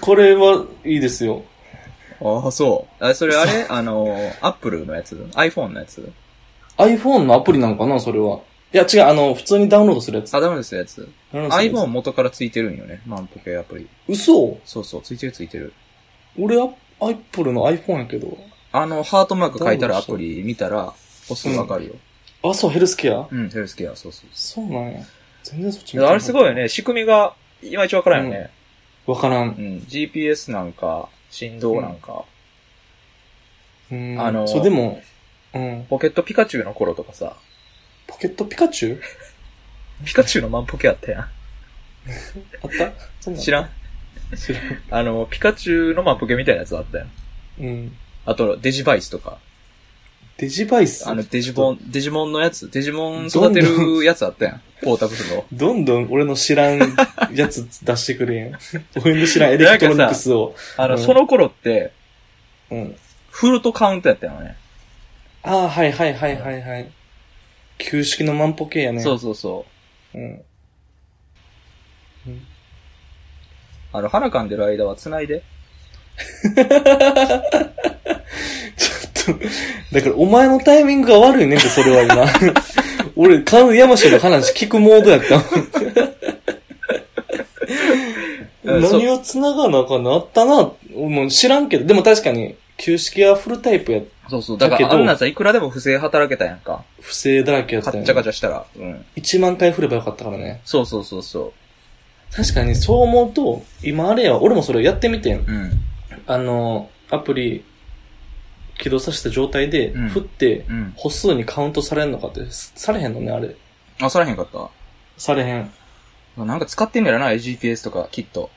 これはいいですよ。
ああ、そう。あそれあれあの、アップルのやつ ?iPhone のやつ
iPhone のアプリなのかなそれは。いや、違う、あの、普通にダウンロードするやつ。
あ、ダメですやつ。
ダウンロードするやつ
iPhone 元からついてるんよね。万歩計アプリ。
嘘
そうそう、ついてるついてる。
俺は、Apple の iPhone やけど。
あの、ハートマーク書いたらアプリ見たら、押すのわかるよ。
あ、そう、ヘルスケア
うん、ヘルスケア、そうそう
そうなんや。全然そっち
いやあれすごいよ
ね。
ね。仕組みが、いまいちわからんよね。
わから。
うんん。GPS なんか、振動なんか、
うん。
あ
あ
の
のそう、でも、うん。
ポケットピカチュウの頃とかさ、
ポケットピカチュウ
ピカチュウのマンポケあったや
あったそん
ん。
なん
知らん
知らん。
あの、ピカチュウのマンポケみたいなやつあったやん。
うん。
あと、デジバイスとか。
デジバイス
あの、デジボン、デジモンのやつ、デジモン育てるやつあったやん。ポータブルの。
どんどん俺の知 らんやつ出してくれやん。俺の知らんエレクトロニクスを。
あの、
うん
その頃って、
うん。
フルとカウントやったよね。
ああ、はいはいはいはいはい。旧式の万歩計やね。
そうそうそう。
うん。
あの、腹噛んでる間は繋いで。
ちょっと、だからお前のタイミングが悪いねんって、それ は今。俺、完全に山下の話聞くモードやったも。
うん んそう
何を繋がなあかんのあったな。もう知らんけど、でも確かに、旧式はフルタイプや、
そうそう。だ
だ
か
けど
ら、あんなんさ、いくらでも不正働けたやんか。
不正だらけやっ
カ
たよ、
ッ
ね。
チャカチャしたら。うん。
1万回振ればよかったからね。
そうそうそうそ
確かに、そう思うと、今あれやわ、俺もそれやってみてん
う。。うん。
あの、アプリ、起動させた状態で、
うん
振って、
うん。
歩数にカウントされんのかって、すされへんのね、あれ。
あ、さらへんかった。
されへん。
なんか使ってんのやろな、GPS とか、きっと。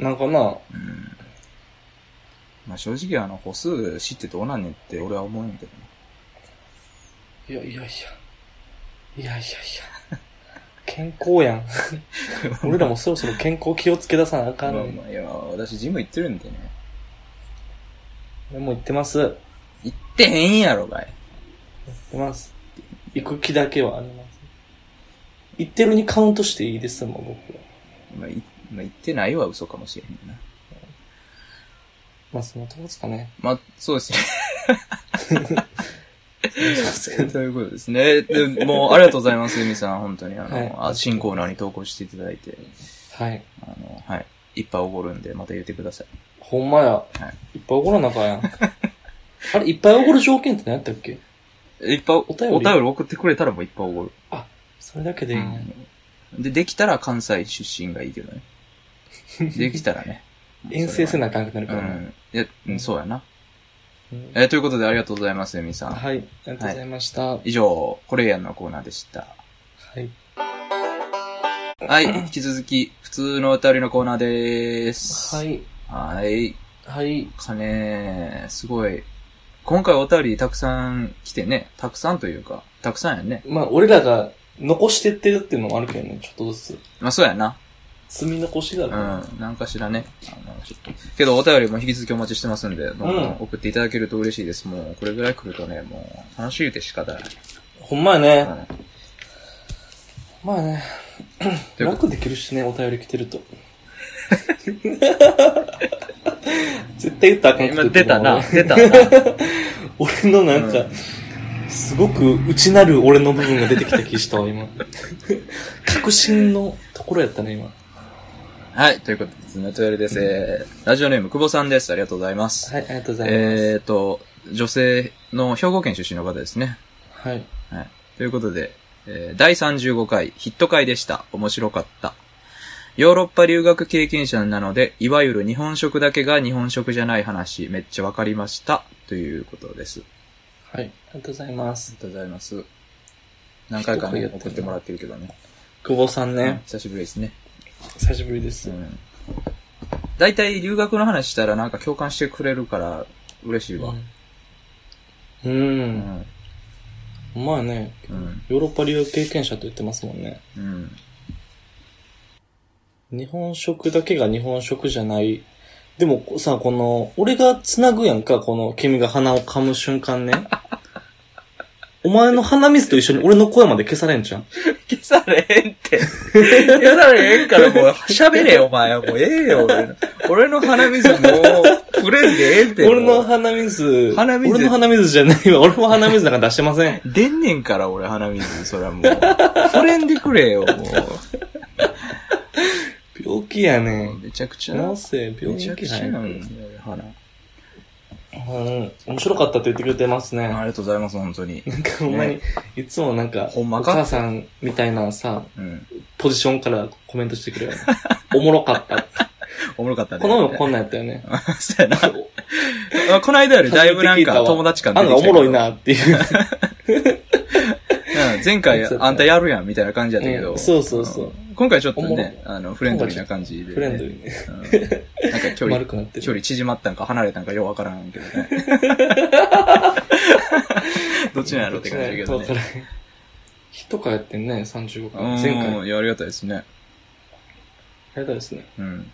なんかな、
うん。まあ、正直あの、歩数知ってどうなんねんって俺は思うんやけどね。
いやいやいや。いやい やいや。健康やん。 俺らもそろそろ健康気をつけ出さなあかん
ま
の
あ
に。
まあ、いや、私ジム行ってるんでね。
俺も言ってます。言っ
行ってへんやろがい。
てます。行く気だけはあります。行ってるにカウントしていいですもん、僕は。
まあ、いまあ、言ってないは嘘かもしれへんな。
まあ、そのとこですかね。
まあ、そうですね。
は
ということですね。でもう、ありがとうございます、ゆみさん。本当に、あの、
はい
あ新コーナーに投稿していただいて、
い。
あの、はい。いっぱいおごるんで、また言ってください。
ほんまや。いっぱい怒らなあかん やん。あれ、いっぱい怒る条件って何やったっけ
いっぱいお
お便り
お便り送ってくれたらもういっぱいおごる。
それだけでいいね。
で、できたら関西出身がいいけどね。できたらね。
遠征せ
な
なあかんくなる
う
からね。
ん。いや、うん、そうやな。
うん
えーということでありがとうございます、ゆみさん。
はい。ありがとうございました。は
以上、これやんのコーナーでした。
い。
はい、 引き続き、普通のお便りのコーナーでーす。
は。い。
はい。
はい。
かねー、すごい。今回お便りたくさん来てね、たくさんというか、たくさんやね。
まあ、俺らが残してってるっていうのもあるけどね、ちょっとず
まあそうやな。
つ。積み残しがあ
う
るか
ん、
ら。
なんかしらね。あの、ちょっと。けどお便りも引き続きお待ちしてますんで、どんどん
うん
送っていただけると嬉しいです。もう、これぐらい来るとね、もう、楽しいで仕方ない。
ほんまやね。
うん
まあね。
ということ
楽できるしね、お便り来てると。 絶対言ったらあかんこと
今
言って
出
る
た な、
俺
出たな。
俺のなんか、すごく内なる俺の部分が出てきた気したわ、今。確信のところやったね、今。
はい、ということで、普通のお便りです。えーラジオネーム、久保さんです。ありがとうございます。
はい、ありがとうございます。
えーと、女性の兵庫県出身の方ですね。
はい。
はい。ということで、えー第35回ヒット回でした。面白かった。ヨーロッパ留学経験者なので、いわゆる日本食だけが日本食じゃない話、めっちゃわかりました。ということです。あ
はい、ありがとうございます。
りがとうございます。何回かね
ヒット回やってんの
送ってもらってるけどね。
久保さん
うん
ね。
久しぶりですね。
久しぶりです。
うん。大体留学の話したらなんか共感してくれるから嬉しいわ。
う。
うんん。
まあね、
うん。
ヨーロッパ留学経験者と言ってますもんね。
うん。
日本食だけが日本食じゃない。でもさ、この、俺が繋ぐやんか、この、君が鼻を噛む 瞬間ね。お前の鼻水と一緒に俺の声まで消されんじゃん。
消されへん って。消されへんからもう喋れよ、お前は。もうええよ、俺の。俺の鼻水もう、触れんでええって。
俺の
も
鼻水、
鼻水
俺の鼻水じゃないわ。俺 も鼻水なんか出してません。
う出んねんから、俺、鼻水。それはもう。触れんでくれよ、も
病気や
う。
ねん。
めちゃくちゃな
な。ぜ病
め
気
ち
や
ゃくちゃ
ね。
なんんですよ、鼻。
うん、面白かったって言ってくれてますね。
ありがとうございます、本当に。
なんかほんまに、いつもなんか、
ほ
お
んまか
母さんみたいなさ、
うん。
ポジションからコメントしてくれよね。 おもろかったって。
おもろかったね。
この前もこんなんやったよね。
そうやな。あこの間よ りだいぶなんか友達感
あん
出て
が
きたけ
おも
ど
ろいなっていう。
うん前回あんたやるやんみたいな感じやったけど。。
うんそうそうそうん
今回ちょっと
おもろ
ね、あの、フレンドリーな感じでね。
フレンドにね。
うんなんか距離
丸、くなって
距
る。
離縮まったんか離れたんかようわからんけど ね。どっちなんやろって感じだけど
わから
ね。
んヒットかやってんね、35
う
回。前回。あ
ん、いや、ありがたいですね。
れだですね。
うん。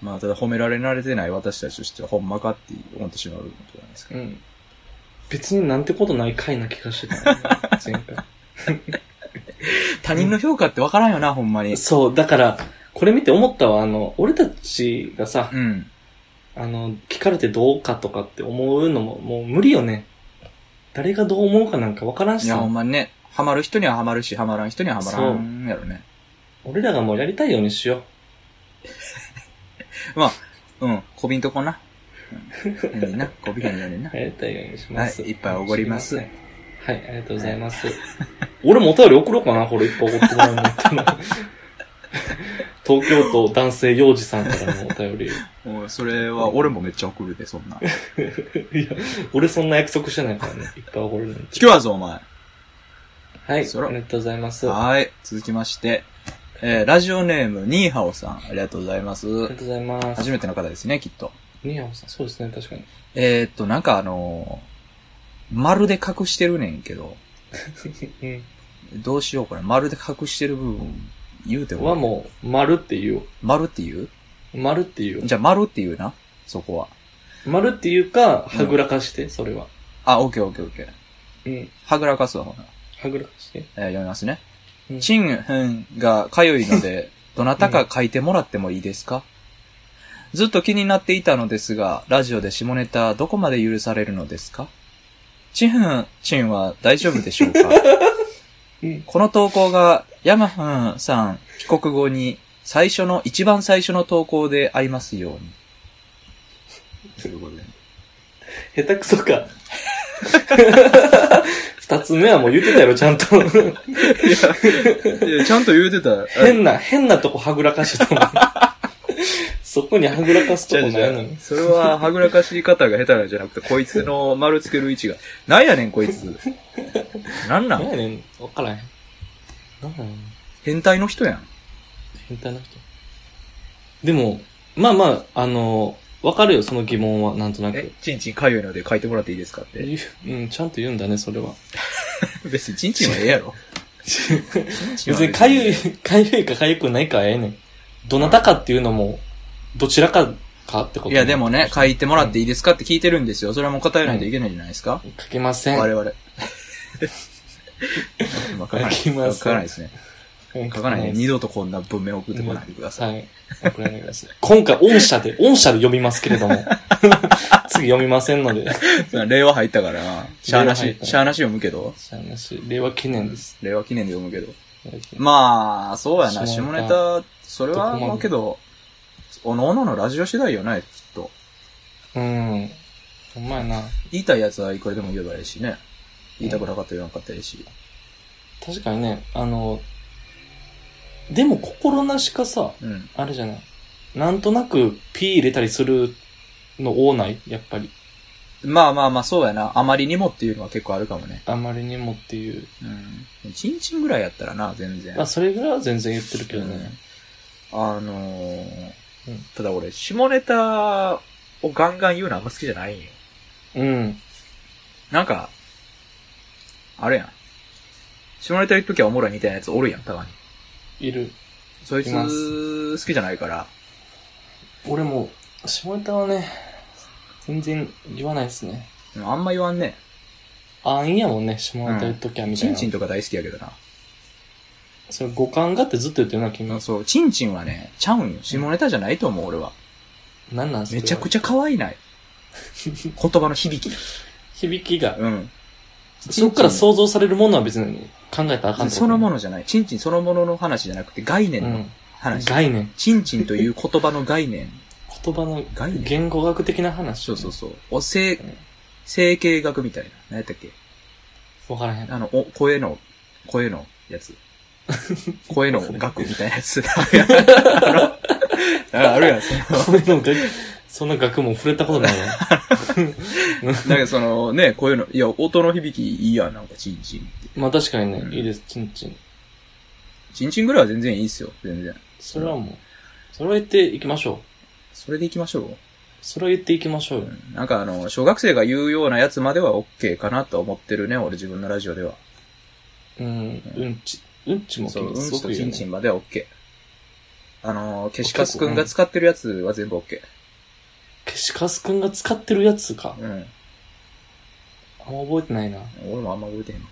まあ、ただ褒められ慣れてない私たちとしては、ほんまかって思ってしまうことなんですけど。
うん。別になんてことない回な気がしてた、ね、前回。
他人の評価ってわからんよな、ほんまに。
そう、だから、これ見て思ったわ、あの、俺たちがさ
う、ん。
あの、聞かれてどうかとかって思うのも、もう無理よね。誰がどう思うかなんかわからん
い
し
や、
さ
ほん、まにね、ハマる人にはハマるし、ハマらん人にはハマらんやろね。
俺らがもうやりたいようにしよう。
うん、こびんとこな。うん、いいな、こびへんようにな。
やりたいようにします。
はいいっぱいおごります
はい、ありがとうございます。俺もお便り送ろうかな、これいっぱい送ってもらうんだったら。東京都男性幼児さんからのお便り。
もうそれは俺もめっちゃ送るで、そんな。
いや、俺そんな約束してないからね、いっぱい怒るなんて。
今日はぞ、お前。
はい、あり
そら
がとうございます。あ
はい。続きまして、えー、ラジオネーム、ニーハオさん。ありがとうございます。
りがとうございます
初。めての方ですね、きっと。
ニヤオさん、そうですね、確かに。
えー、っと、なんかあのーまるで隠してるねんけど、どうしようかな。まるで隠してる部分、言うて
うん。は
も、
もう、丸って言うよ。
まるって言う
丸って言うよ。
じゃあ、まるって言うな。そこは。
丸って言うか、はぐらかして、それは。
あ、オッケーオッケーオッケー。
うん。
はぐらかすわ、ほな。
はぐらかして。
えー読みますね
う。ん
チンヘンがかゆいの で、どなたか書いてもらってもいいですか、ずっと気になっていたのですが、ラジオで下ネタどこまで許されるのですかチンフン、チンは大丈夫でしょうか
うん。
この投稿が、ヤマフンさん帰国後に最初の、一番最初の投稿で会いますように。と いうことで。
下手くそか。二つ目はもう言ってたやろ、ちゃんと。
いや、ちゃんと言うてた。
変な、変なとこはぐらかしてたもん。そこにはぐらかすとこないのに。
それは、はぐらかし方が下手なんじゃなくて、こいつの丸つける位置が。なんやねん、こい つ。なんな
何
ん
やねん、わからへん。何なんやねん、
変態の人やん。
変態な人。でも、まあまあ、あの、わかるよ、その疑問は、なんとな
え
く。、
ちんちんかゆいので書いてもらっていいですかって。
言ううん、ちゃんと言うんだね、それは。
別にちんちんはええや ろ。
別に、か ゆい、かゆいかかゆくないかはええねん。どなたかっていうのも、どちらかかってこと。
いや、でもね、書いてもらっていいですかって聞いてるんですよ。それはもう答えないといけないじゃないですか。
書けませ ん。
我々。わからない。
書きません
書かないですね。
書
書かないね。二度とこんな文明送ってこないでください。
はい。送らないでください。今回、御社で、御社で読みますけれども。 次読みませんので。
令和入ったから、しゃあな
令和入
し
っ、た
しゃあなし読むけど。
しゃあなし。令和記念です。
令和記念で読むけど。まあ、そうやな、下
下ネ
ネ
タ
タ、それ
ど
は、
こまで
まあけど、おのおののラジオ次第よね、きっと。
うん。ほんまやな。
言いたいやつはいくらでも言えばいいしね。言いたくなかったら言わなかったらいいし。
確かにね、あの、でも心なしかさ、
うん。
あれじゃない。なんとなく、ピー入れたりするの多ないやっぱり。
まあまあまあ、そうやな。あまりにもっていうのは結構あるかもね。
あまりにもっていう。
うん。チンチンぐらいやったらな、全然。
まあ、それぐらいは全然言ってるけどね。
あのー
うん
ただ俺、下ネタをガンガン言うのあんま好きじゃないんよ。
うん。
なんか、あれやん。下ネタ言っときゃおもろいみたいなやつおるやん、たまに。
いる。
そい
いま
つ、好きじゃないから。
俺も、下ネタはね、全然言わないですね。
うんあんま言わんね。
安易やもんね、下ネタ言っときゃみた
チ
い
ン
な。
チンとか大好きやけどな。
それ五感がってずっと言ってるな、君
うん。そう、チンチンはね、ちゃうんよ。下ネタじゃないと思う、俺は。
何なんすか
めちゃく
ち
ちゃ可愛い ない。言葉の響き。
ゃ。響きが。
うん。
そっから想像されるものは別に考えたらあかん
そのも
の。
のじゃない。チンチンそのものの話じゃなくて、概
う
念の
ん。
話。
概念。
チンチンという言葉の概念。
言葉の
概念
言語学的な話。
そうそうそう。おせ
うん、
整形学みたいな。何やったっけ
わからへん。
あの、お、声の、声のや つ。声の学みたいなやつ。あのああるやん、その。
これの学、そんな学問触れたこと ないわ。
だけどそのね、こういうの、いや、音の響きいいやん、なんか、チンチンって。
まあ確かにね、
うん
いいです、ちんちん。
チンチンぐらいは全然いいっすよ、全然。
それはもう、それは言っていきましょう。
それで行きましょう。
それは言っていきましょうよ。
うんなんかあの、小学生が言うようなやつまでは OK かなと思ってるね、俺自分のラジオでは。
うん、うんち、うんちも
そ
結
う、う
構
ん
す
ち
ご
と
くいい
チ
よ
ン
ね
チンまでは OK。あの、消しカスくんが使ってるやつは全部 OK。
消しカスくんが使ってるやつか。
うん。
あんま覚えてないな。
俺もあんま覚えてへんの。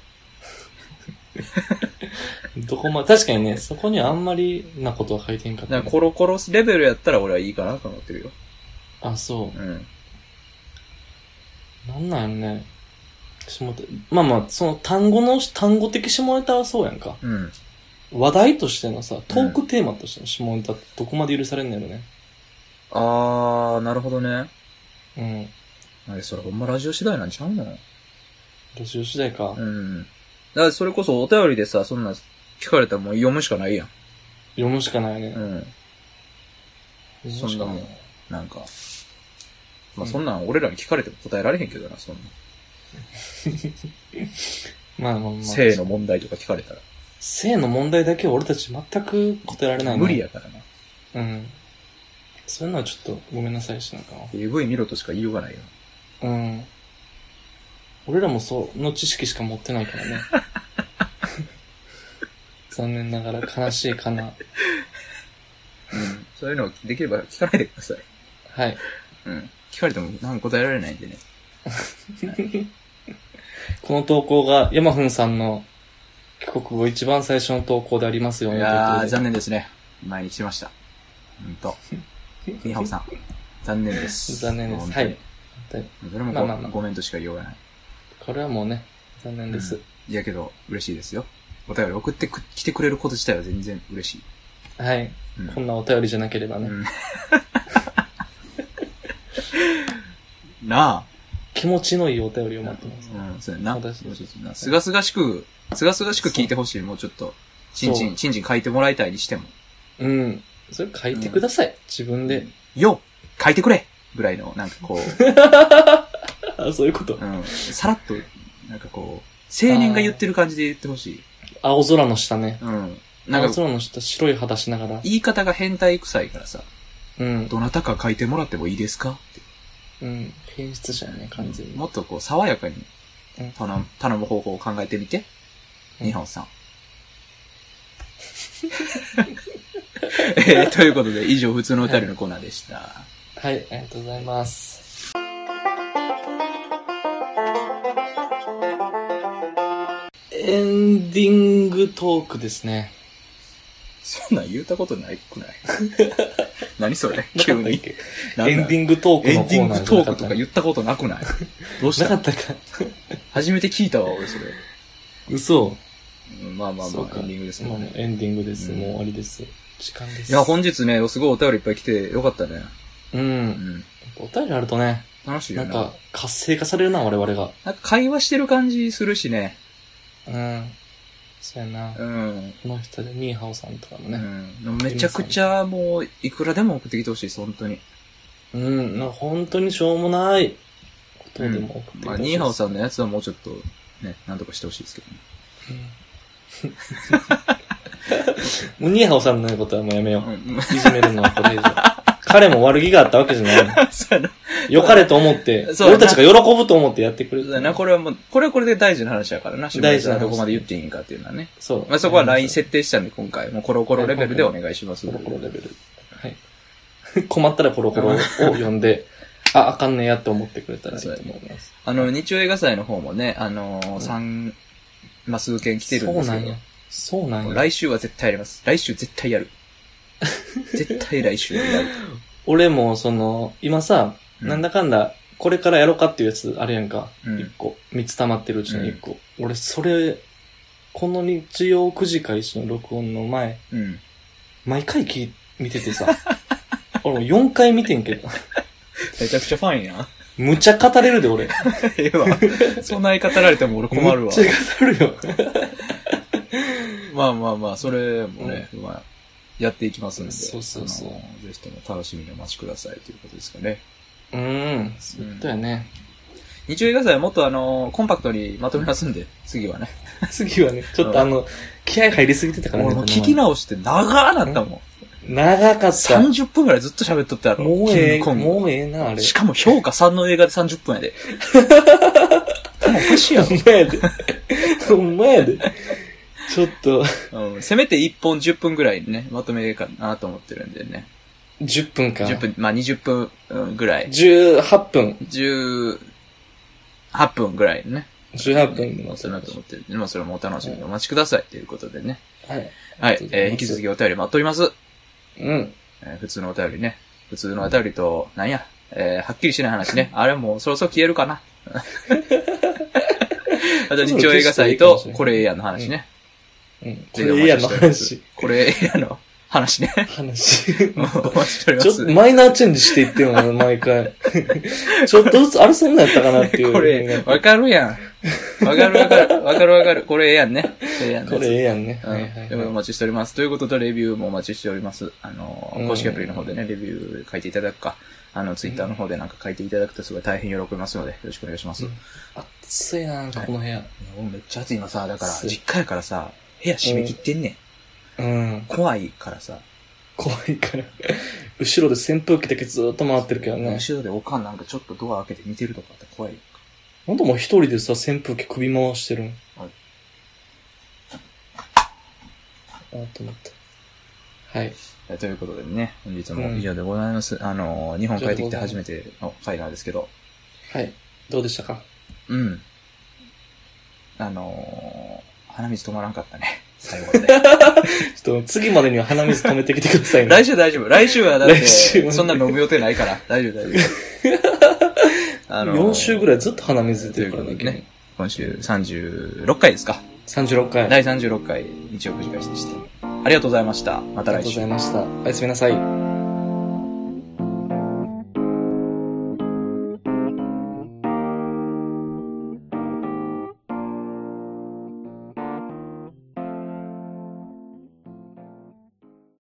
どこま、確かにね、そこにはあんまりなことは書いてんかっ
だ
た
か
ね。
らコロコロレベルやったら俺はいいかなと思ってるよ。
あ、そ
うん。
う。なんなんやろね。下手まあまあ、その単語の、単語的下ネタはそうやんか。
うん。
話題としてのさ、トークテーマとしての下ネタってどこまで許されんのやろね。
あー、なるほどね。
うん。
あれ、それほんまラジオ次第なんちゃうの
ラジオ次第か
う。ん。だからそれこそお便りでさ、そんな聞かれたらもう読むしかないやん。
読むしかないね
う。ん。そんなもん。なんか。まあ、
うん
そんなん俺らに聞かれても答えられへんけどな、そんな。
まあまあまあ。
性の。問題とか聞かれたら。
性の問題だけは俺たち全く答えられないね
無理。やからな。
うん。そういうのはちょっとごめんなさいし、なんか。
AV 見ろとしか言いようがないよ。
うん。俺らもその知識しか持ってないからね。 残念ながら悲しいかな。
うん。そういうのをできれば聞かないでください。
はい。
うん。聞かれてもなんか答えられないんでね。
この投稿がヤマフンさんの帰国後一番最初の投稿であります
い
よね。
やー、
という
残念ですね。前に来てました。うんと。
こと
み
で
はこさん。残念です。
残念です。
本
は
当に
い。。で
それもご,、
まあまあまあ
めんとしか言いようがない。
これはもうね、残念です。
いやけど、嬉しいですよ。お便り送ってく、来てくれること自体は全然嬉しい。
はい。
うん
こんなお便りじゃなければね。
うんなあ。
気持ちのいいお便りを待ってます。
うん、そうやな。
私
もうちょっとな。すがすがしく、すがすがしく聞いてほしい。もうちょっと、ちんち
そ
ん、ちんちん書いてもらいたいにしても。
うん。それ書いてください。自分 で。
よ書いてくれぐらいの、なんかこ う、
あ、そういうこと
う。ん、さらっと、なんかこう、青年が言ってる感じで言ってほしい。
青空の下ね。
うん。な
青
んか、
空の下、白い肌しながら。
言い方が変態臭いからさ、
うん。
どなたか書いてもらってもいいですかって
うん。変質者やね、完全に。
もっとこう、爽やかに
うん
頼む、頼む方法を考えてみて。
うん
日本さん。えーということで、以上、普通のお便りのコーナーでした。
はい、ありがとうございます。エンディングトークですね。
そんなん言うたことないく ない何それ
な
急
かったっ
に。
け
なん
エ
なん
ンディングトーク
エ
の
ン
コ
ディ
ー
ン
ナ
グ
ー
トークとか
言
言ったことなくないどうし
なか
た
ったか。
初めて聞いたわ、俺それ。
嘘。
うんまあまあ
そ
ま
う
あ、
か
エンディングです
ま
も
あ
ん
もう
ね。
エンディングです。
うん
もう終わりです。時間です。
いや、本日ね、すごいお便りいっぱい来てよかったね。
う。
うんん。
お便りあるとね、
楽しい
な
よ
ん
ね。
か活性化されるな、我々が。
なんか会話してる感じするしね。
うん。そうやな。
うん。
この人で、ニーハオさんとかも
う
ね。
ん、めちゃくちゃもう、いくらでも送ってきてほしいです、本当に。
うん。なんか本当にしょうもないことでも送ってきて
ま
ほ
あ、
しいです
ニーハオさんのやつはもうちょっと、ね、なんとかしてほしいですけどね。
もうニーハオさんのことはもうやめよ
う
う。
ん
いじめるのはこれ以上。彼も悪気があったわけじゃない。
そうやな。
良かれと思って、
そうや
俺
な
たちが喜ぶと思ってやってくれ
そうや
た。
な、これはもう、これはこれで大事な話やからな。
大事な話
どこまで言っていいんかっていうのはね。
そう。
まあ、そこは LINE 設定したんで、今回、もうコロコロレベルでお願いします。
コロコロレベル。はい。 困ったらコロコロを呼んで、あ、あかんねやって思ってくれたらいいと思います。
あの、日曜映画祭の方もね、あのー、三、まあ、数件来てるんですけ
そうなん
ど
や。。そうなんや。
来週は絶対やります。来週絶対やる。絶対来週やる。
俺も、その、今さ、
うん
なんだかんだ、これからやろうかっていうやつ、あれやんか。一、
うん
個。三つ溜まってるうちの一個。俺、それ、この日曜9時開始の録音の前、
うん。
毎回聞い見て てさ。俺も4回見てんけど。
めちゃくちゃファンやん。
むちゃ語れるで、俺。
ええわ。そんな言い方られても俺困るわ
むっ。ちゃ語るよ。
まあまあまあ、それもね、まあ、やっていきますんで。
そうそうそう
あのーぜひとも楽しみにお待ちくださいということですかね。
うーん。そうだよね。
日曜映画祭はもっとあのーコンパクトにまとめますんで、次はね。
次はね、ちょっとあの、気合入りすぎてたからね。
俺もう
この前
聞き直して長ーなったもん。
長かった。
30分ぐらいずっと喋っとったやろ。
もうえ
キン
え、
グコング
もうええな、あれ。
しかも評価3の映画で30分や で。もうおかしいやろ
ほんまやで。ほんまやで。ちょっと、
うんせめて1本10分ぐらいね、まとめれるかなと思ってるんでね。
10分か。
10分、まあ20分うんぐらい。
18分。
18分ぐらいね。
18分で
まあ
待
そ
つ
うなと思ってるんで、まあそれもお楽しみにお待ちくださいということでね。
はい。
はい
ありがとうございま、す
えー引き続きお便り待っております。
うん。
えー普通のお便りね。普通のお便りと、なんや、えーはっきりしない話 ね。あれもうそろそろ消えるかな。あと、日曜映画祭と、これええやんの話ね。
うん。こ
ぜひお
れ
待
ええや
ち
ん
しており
の
ます
話。。
これええやんの話 ね。
話。
お待ちしており
ち
ま
ょっと
す。
マイナーチェンジしていってもな、毎 回。ちょっとずつ、あれそんなんやったかなっていう。
これ、わかるやん。わかるわかる。わかるわかる。これええやんね。ええやんね。
これええやんね。
うん
はいはい
ということでお
はい
待ちしております。ということと、レビューもお待ちしております。あの
う、ん
公式アプリの方でね、レビュー書いていただくか、あの、ツイッターの方でなんか書いていただくとすごい大変喜びますので、よろしくお願いします。
うん暑いな、なんかこの部屋。
いやもうめっちゃ暑い今さ、だから、
暑い
実家やからさ、部屋閉め切ってんねん。
うん。
怖いからさ、
怖いから。後ろで扇風機だけずーっと回ってるけどね。
後ろでおかんなんかちょっとドア開けて見てるとかあったら怖いよ。
なんでも一人でさ、扇風機首回してるの
はい
あ、と思った。はい。
えということでね、本日も以上でございます。あの、日本帰ってきて初めての回なんですけど、
はい。どうでしたか
うん。あのー、鼻水止まらんかったね。最後まで。
ちょっと次までには鼻水止めてきてください ね。
来週大丈夫。来週はだっ
来週
て、
は
そんな飲む予定ないから。大丈夫、大丈 夫。あ
4週ぐ
らい。
らいずっと鼻水出てるから
という
ね。
ことでね今週36回ですか。
36回。あり
第36回、日曜くじ返しでした。ありがとうございました。また
がと
来
うご
週
ざい。ました。おやすみなさい。